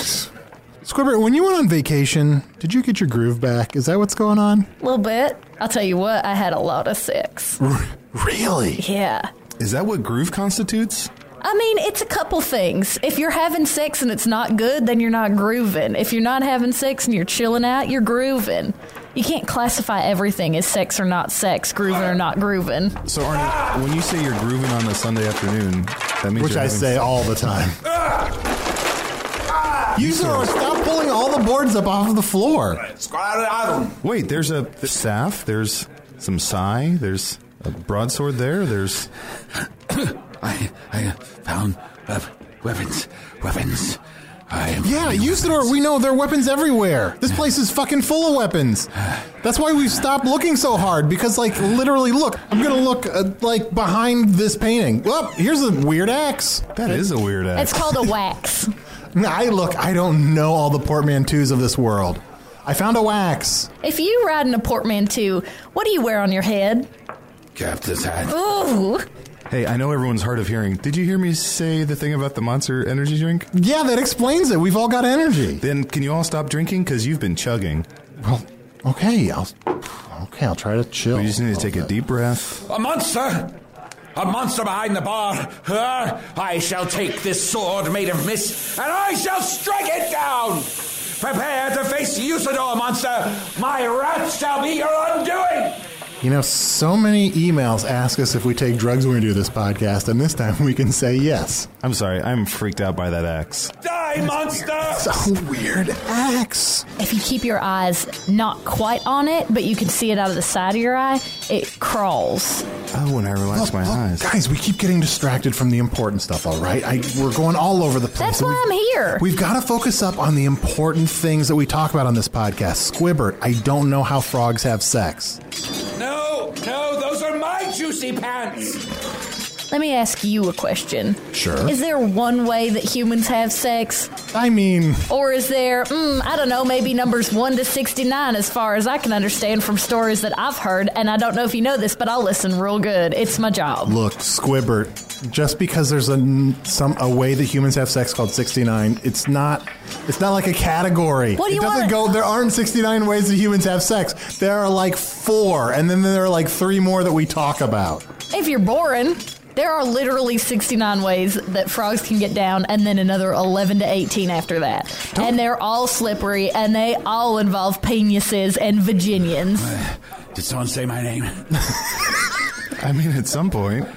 Speaker 5: Squibbert, when you went on vacation, did you get your groove back? Is that what's going on?
Speaker 7: A little bit. I'll tell you what, I had a lot of sex.
Speaker 5: Really?
Speaker 7: Yeah.
Speaker 9: Is that what groove constitutes?
Speaker 7: I mean, it's a couple things. If you're having sex and it's not good, then you're not grooving. If you're not having sex and you're chilling out, you're grooving. You can't classify everything as sex or not sex, grooving or not grooving.
Speaker 9: So, Arnie, when you say you're grooving on a Sunday afternoon, that means
Speaker 5: Which
Speaker 9: you're
Speaker 5: I
Speaker 9: having-
Speaker 5: say all the time. You sir, stop pulling all the boards up off of the floor.
Speaker 9: Wait, there's a there's staff. There's some sigh. There's a broadsword there. There's
Speaker 6: I, I found uh, weapons, weapons. I am
Speaker 5: Yeah, Usador, we know there are weapons everywhere. This place is fucking full of weapons. That's why we've stopped looking so hard, because, like, literally, look, I'm gonna look, uh, like, behind this painting. Well, here's a weird axe.
Speaker 9: that is a weird ass.
Speaker 7: It's called a wax.
Speaker 5: I look, I don't know all the portmanteaus of this world. I found a wax.
Speaker 7: If you ride in a portmanteau, what do you wear on your head?
Speaker 6: Captain's hat.
Speaker 7: Ooh.
Speaker 9: Hey, I know everyone's hard of hearing. Did you hear me say the thing about the monster energy drink?
Speaker 5: Yeah, that explains it. We've all got energy.
Speaker 9: Then can you all stop drinking? Because you've been chugging.
Speaker 5: Well, okay, I'll okay, I'll try to chill.
Speaker 9: We just need to take a
Speaker 5: little
Speaker 9: deep breath.
Speaker 13: A monster! A monster behind the bar! Her! I shall take this sword made of mist, and I shall strike it down! Prepare to face Usador, monster! My wrath shall be your undoing!
Speaker 5: bit. You know, so many emails ask us if we take drugs when we do this podcast, and this time we can say yes.
Speaker 9: I'm sorry, I'm freaked out by that axe.
Speaker 13: Die, monster!
Speaker 5: So weird axe.
Speaker 7: If you keep your eyes not quite on it, but you can see it out of the side of your eye, it crawls.
Speaker 9: Oh, when I relax
Speaker 5: Look,
Speaker 9: my
Speaker 5: look,
Speaker 9: eyes.
Speaker 5: guys, we keep getting distracted from the important stuff. All right, I, we're going all over the place.
Speaker 7: That's why I'm here.
Speaker 5: We've got to focus up on the important things that we talk about on this podcast. Squibbert, I don't know how frogs have sex.
Speaker 13: No, no, those are my juicy pants!
Speaker 7: Let me ask you a question.
Speaker 5: Sure.
Speaker 7: Is there one way that humans have sex?
Speaker 5: I mean,
Speaker 7: Or is there, mm, I don't know, maybe numbers 1 to 69 as far as I can understand from stories that I've heard? And I don't know if you know this, but I listen real good. It's my job.
Speaker 5: look, Squibbert. Just because there's a n- some a way that humans have sex called 69, it's not it's not like a category.
Speaker 7: What do you
Speaker 5: it doesn't
Speaker 7: wanna-
Speaker 5: go. There aren't 69 ways that humans have sex. There are like four, and then there are like three more that we talk about.
Speaker 7: If you're boring, there are literally 69 ways that frogs can get down, and then another 11 to 18 after that. And they're all slippery, and they all involve penises and Virginians.
Speaker 6: Did someone say my name?
Speaker 9: I mean, at some point.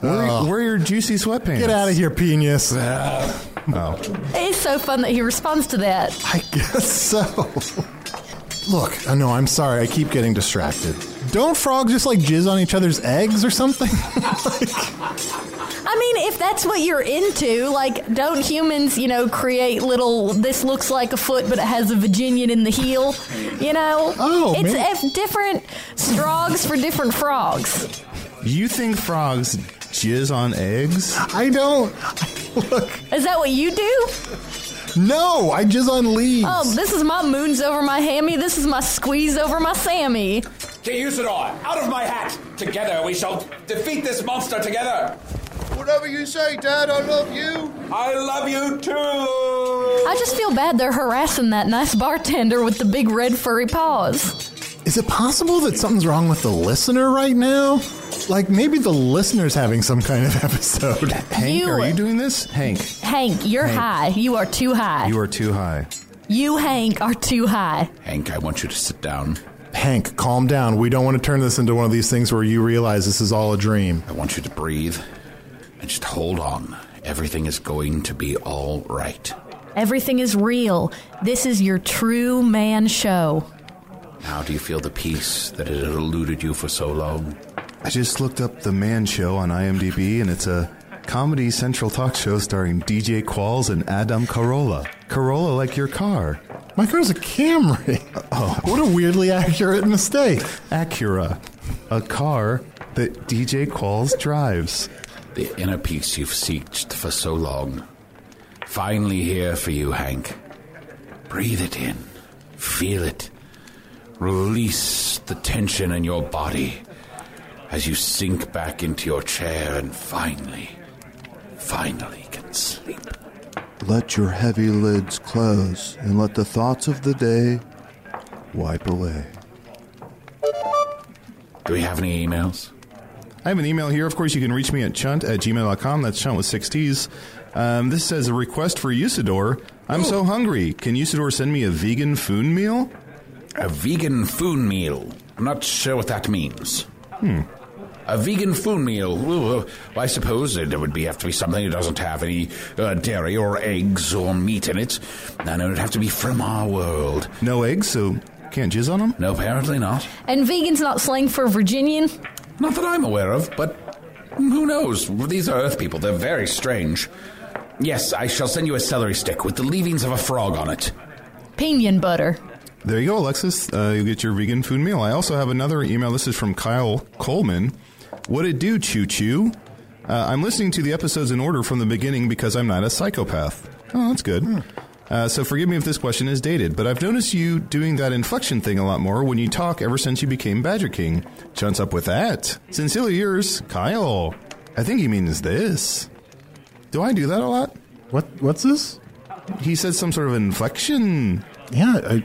Speaker 9: Where,
Speaker 5: Oh.
Speaker 9: where are your juicy sweatpants?
Speaker 5: Get out of here, penis.
Speaker 9: Oh.
Speaker 7: It's so fun that he responds to that.
Speaker 5: I guess so. Look, uh, no, I'm sorry. I keep getting distracted. Don't frogs just like jizz on each other's eggs or something?
Speaker 7: I mean, if that's what you're into, like, don't humans, you know, create little, this looks like a foot, but it has a Virginian in the heel? You know?
Speaker 5: Oh,
Speaker 7: It's
Speaker 5: man.
Speaker 7: F different frogs for different frogs.
Speaker 9: You think frogs jizz on eggs?
Speaker 5: I don't.
Speaker 7: Is that what you do?
Speaker 5: No, I jizz on leaves.
Speaker 7: Oh, this is my moons over my hammy. This is my squeeze over my Sammy.
Speaker 13: To Usador, out of my hat! Together we shall defeat this monster together!
Speaker 11: Whatever you say, Dad, I love you.
Speaker 13: I love you too!
Speaker 7: I just feel bad they're harassing that nice bartender with the big red furry paws.
Speaker 5: Is it possible that something's wrong with the listener right now? Like maybe the listener's having some kind of episode.
Speaker 9: Hank,
Speaker 7: You-
Speaker 9: are you doing this? Hank,
Speaker 7: Hank, you're high. You are too high.
Speaker 9: you are too high.
Speaker 7: You, Hank, are too high.
Speaker 6: Hank, I want you to sit down.
Speaker 5: Hank, calm down. We don't want to turn this into one of these things where you realize this is all a dream.
Speaker 6: I want you to breathe and just hold on. Everything is going to be all right.
Speaker 7: Everything is real. This is your true man show.
Speaker 6: Now, do you feel the peace that had eluded you for so long?
Speaker 9: I just looked up The Man Show on IMDb, and it's a comedy central talk show starring DJ Qualls and Adam Carolla. Carolla, like your car.
Speaker 5: My car's a Camry. Oh, what a weirdly accurate mistake.
Speaker 9: Acura. A car that DJ Qualls drives.
Speaker 6: The inner peace you've seeked for so long. Finally here for you, Hank. Breathe it in. Feel it. Release the tension in your body as you sink back into your chair and finally, finally can sleep.
Speaker 14: Let your heavy lids close and let the thoughts of the day wipe away.
Speaker 6: Do we have any emails?
Speaker 9: I have an email here. Of course, you can reach me at chunt at gmail.com. That's chunt with six T's. Um, this says a request for Usador. I'm so hungry. Can Usador send me a vegan food meal?
Speaker 6: A vegan food meal. I'm not sure what that means.
Speaker 9: Hmm.
Speaker 6: A vegan food meal. Ooh, uh, I suppose it would be have to be something that doesn't have any uh, dairy or eggs or meat in it. And it would have to be from our world.
Speaker 9: No eggs, so can't jizz on them?
Speaker 6: No, apparently not.
Speaker 7: And vegan's not slang for Virginian?
Speaker 6: Not that I'm aware of, but who knows? These are Earth people. They're very strange. Yes, I shall send you a celery stick with the leavings of a frog on it.
Speaker 7: Pinion butter.
Speaker 9: There you go, Alexis. Uh, you get your vegan food meal. I also have another email. This is from Kyle Coleman. What it do, Choo Choo? Uh, I'm listening to the episodes in order from the beginning because I'm not a psychopath. Oh, that's good.
Speaker 5: Hmm.
Speaker 9: Uh, so forgive me if this question is dated, but I've noticed you doing that inflection thing a lot more when you talk ever since you became Badger King. Chunts up with that. Sincerely yours, Kyle. I think he means this. Do I do that a lot?
Speaker 5: What What's this?
Speaker 9: He said some sort of inflection.
Speaker 5: Yeah, I, I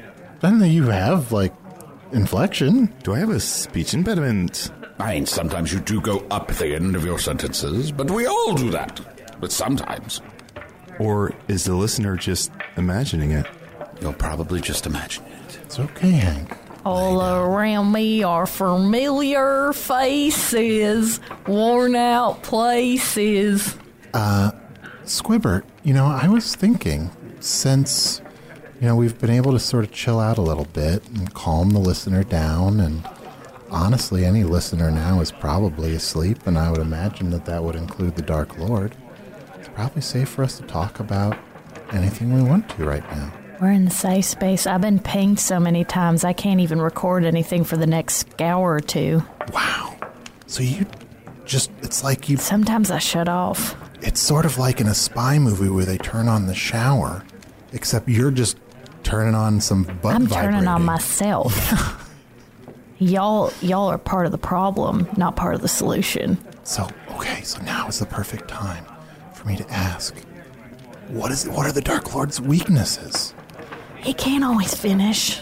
Speaker 5: don't think you have like inflection.
Speaker 9: Do I have a speech impediment?
Speaker 6: I mean, sometimes you do go up at the end of your sentences, but we all do that. But sometimes.
Speaker 9: Or is the listener just imagining it?
Speaker 6: You're probably just imagining it.
Speaker 5: It's okay, Hank.
Speaker 7: All around me are familiar faces, worn out places.
Speaker 5: Uh, Squibbert, you know, I was thinking since, you know, we've been able to sort of chill out a little bit and calm the listener down. And honestly, any listener now is probably asleep, and I would imagine that that would include the Dark Lord. It's probably safe for us to talk about anything we want to right now.
Speaker 7: We're in the safe space. I've been pinged so many times, I can't even record anything for the next hour or two.
Speaker 5: So you just it's like you
Speaker 7: Sometimes I shut off.
Speaker 5: It's sort of like in a spy movie where they turn on the shower, except you're just turning on some butt
Speaker 7: I'm
Speaker 5: vibrator.
Speaker 7: turning on myself. y'all, y'all are part of the problem, not part of the solution.
Speaker 5: So okay, so now is the perfect time for me to ask, what is what are the Dark Lord's weaknesses?
Speaker 7: He can't always finish.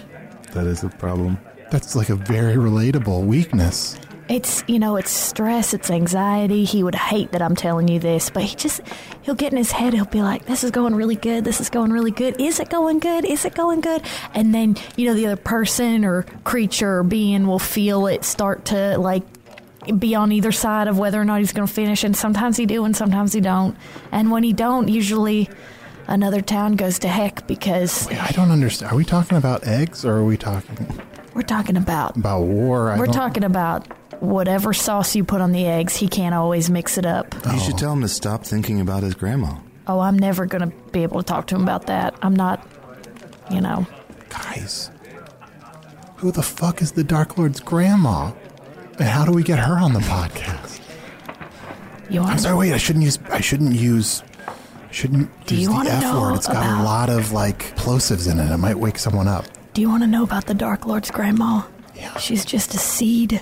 Speaker 5: That is a problem. That's like a very relatable weakness.
Speaker 7: It's you know, it's stress, it's anxiety. He would hate that I'm telling you this, but he just he'll get in his head. He'll be like, "This is going really good. This is going really good. Is it going good? Is it going good?" And then you know, the other person or creature or being will feel it start to like be on either side of whether or not he's going to finish. And sometimes he do, and sometimes he don't. And when he don't, usually another town goes to heck because
Speaker 5: I don't understand. Are we talking about eggs or are we talking
Speaker 7: we're talking about
Speaker 5: about war? I
Speaker 7: We're
Speaker 5: don't-
Speaker 7: talking about whatever sauce you put on the eggs, he can't always mix it up.
Speaker 9: You should tell him to stop thinking about his grandma.
Speaker 7: Oh, I'm never going to be able to talk to him about that. I'm not, you know.
Speaker 5: Guys, who the fuck is the Dark Lord's grandma? And how do we get her on the podcast?
Speaker 7: You want
Speaker 5: I'm sorry. Wait, I shouldn't use. I shouldn't use. I Shouldn't
Speaker 7: Do
Speaker 5: use
Speaker 7: you
Speaker 5: the
Speaker 7: wanna
Speaker 5: F
Speaker 7: know
Speaker 5: word. It's got a
Speaker 7: about-
Speaker 5: lot of like plosives in it. It might wake someone up.
Speaker 7: Do you want to know about the Dark Lord's grandma? Yeah. She's just a seed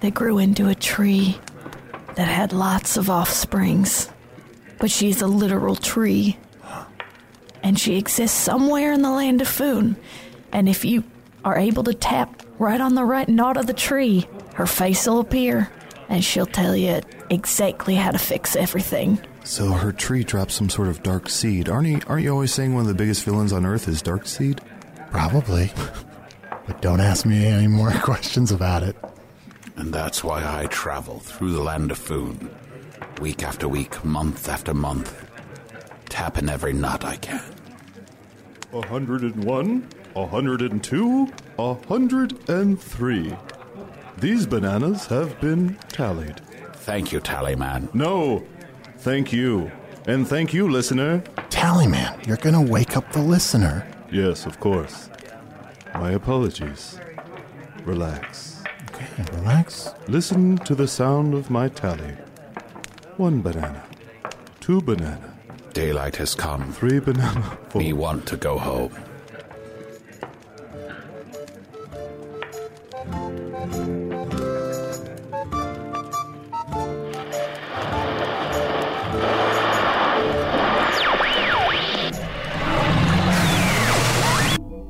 Speaker 7: that grew into a tree that had lots of offsprings. But she's a literal tree. And she exists somewhere in the land of Foon. And if you are able to tap right on the right knot of the tree, her face will appear and she'll tell you exactly how to fix everything.
Speaker 9: So her tree dropped some sort of dark seed. Aren't, he, aren't you always saying one of the biggest villains on earth is dark seed?
Speaker 5: Probably. But don't ask me any more questions about it.
Speaker 6: And that's why I travel through the land of Foon, week after week, month after month, tapping every nut I can.
Speaker 15: 101, 102, 103. These bananas have been tallied.
Speaker 6: Thank you, Tallyman.
Speaker 15: No, thank you. And thank you, listener.
Speaker 5: Tallyman, you're gonna wake up the listener.
Speaker 15: Yes, of course. My apologies. Relax.
Speaker 5: Okay, relax.
Speaker 15: Listen to the sound of my tally. One banana, two banana,
Speaker 6: Daylight has come.
Speaker 15: three banana.
Speaker 6: We want to go home.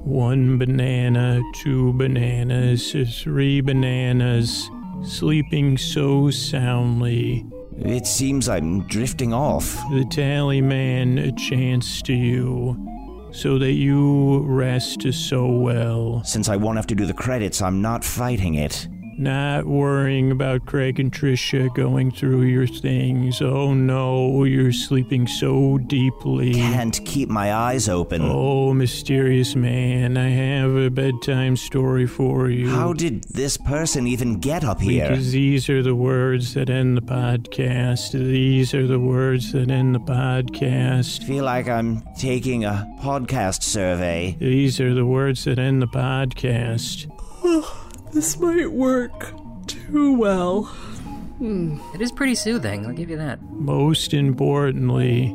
Speaker 3: One banana, two bananas, three bananas, sleeping so soundly.
Speaker 2: It seems I'm drifting off.
Speaker 3: The tallyman chants to you, so that you rest so well.
Speaker 2: Since I won't have to do the credits, I'm not fighting it.
Speaker 3: Not worrying about Craig and Trisha going through your things. Oh no, you're sleeping so deeply.
Speaker 2: Can't keep my eyes open.
Speaker 3: Oh, mysterious man, I have a bedtime story for you.
Speaker 2: How did this person even get up here?
Speaker 3: Because these are the words that end the podcast. These are the words that end the podcast.
Speaker 2: Feel like I'm taking a podcast survey.
Speaker 3: These are the words that end the podcast.
Speaker 16: this might work too well. Hmm.
Speaker 17: It is pretty soothing, I'll give you that.
Speaker 3: Most importantly,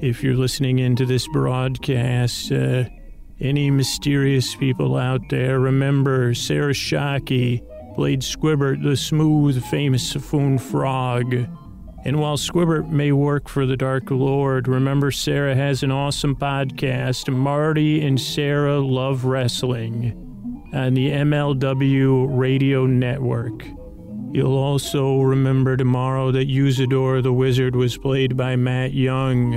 Speaker 3: if you're listening into this broadcast, uh, any mysterious people out there, remember Sarah Shockey played Squibbert, the smooth, famous Saffoon frog. And while Squibbert may work for the Dark Lord, remember Sarah has an awesome podcast, Marty and Sarah Love Wrestling, on the MLW Radio Network. You'll also remember tomorrow that Usador the Wizard was played by Matt Young,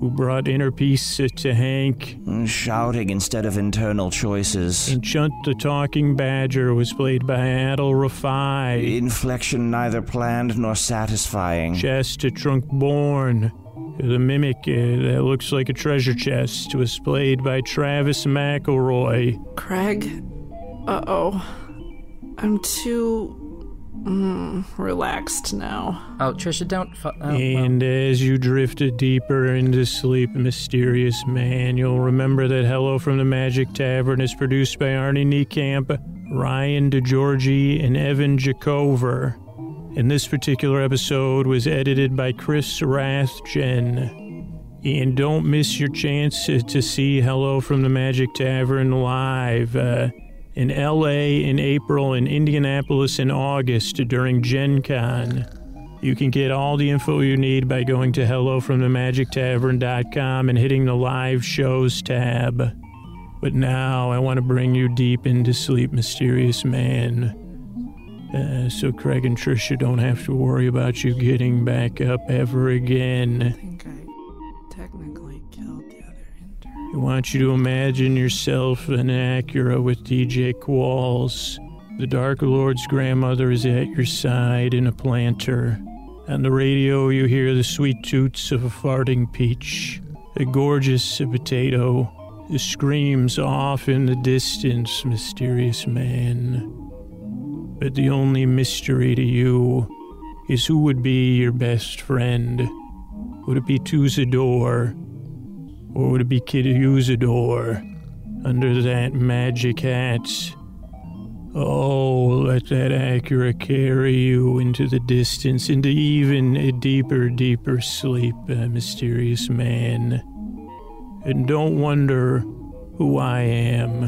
Speaker 3: who brought inner peace to Hank.
Speaker 2: Shouting instead of internal choices.
Speaker 3: And Chunt the Talking Badger was played by Adel Rafai.
Speaker 2: Inflection neither planned nor satisfying.
Speaker 3: Chest to Trunk Born. The mimic uh, that looks like a treasure chest was played by Travis McElroy.
Speaker 16: Craig, uh oh. I'm too mm, relaxed now.
Speaker 17: Oh, Trisha, don't. Fu- oh, well.
Speaker 3: And as you drifted deeper into sleep, mysterious man, you'll remember that Hello from the Magic Tavern is produced by Arnie Niekamp, Ryan DeGiorgi, and Evan Jacover.
Speaker 7: And this particular episode was edited by Chris Rathjen. And don't miss your chance to- to see Hello from the Magic Tavern live uh, in LA in April and Indianapolis in August during Gen Con. You can get all the info you need by going to hellofromthemagictavern.com and hitting the live shows tab. But now I want to bring you deep into sleep, mysterious man. Uh, so Craig and Trisha don't have to worry about you getting back up ever again.
Speaker 4: Technically killed the other.
Speaker 7: I want you to imagine yourself in Acura with DJ Qualls. The Dark Lord's grandmother is at your side in a planter. On the radio, you hear the sweet toots of a farting peach, a gorgeous potato, the screams off in the distance, mysterious man. But the only mystery to you is who would be your best friend. Would it be Tuzador? Or would it be Kid Usador under that magic hat? Oh, let that Acura carry you into the distance, into even a deeper, deeper sleep, uh, mysterious man. And don't wonder who I am.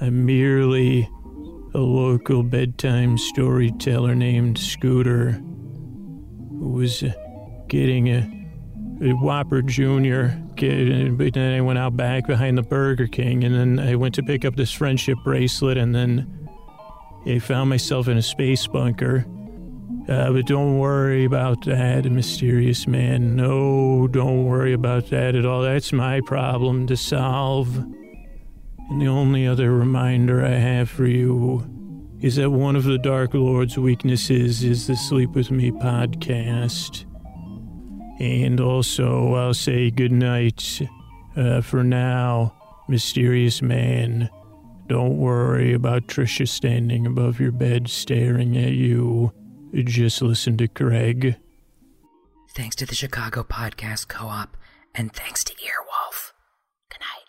Speaker 7: I'm merely a local bedtime storyteller named Scooter, who was uh, getting a a Whopper Junior, kid, uh, but then I went out back behind the Burger King, and then I went to pick up this friendship bracelet, and then I found myself in a space bunker. Uh, but don't worry about that, mysterious man. No, don't worry about that at all. That's my problem to solve. And the only other reminder I have for you is that one of the Dark Lord's weaknesses is the Sleep With Me podcast. And also, I'll say goodnight uh, for now, mysterious man. Don't worry about Trisha standing above your bed staring at you. Just listen to Craig.
Speaker 18: Thanks to the Chicago Podcast Co op, and thanks to Earwolf. Good night.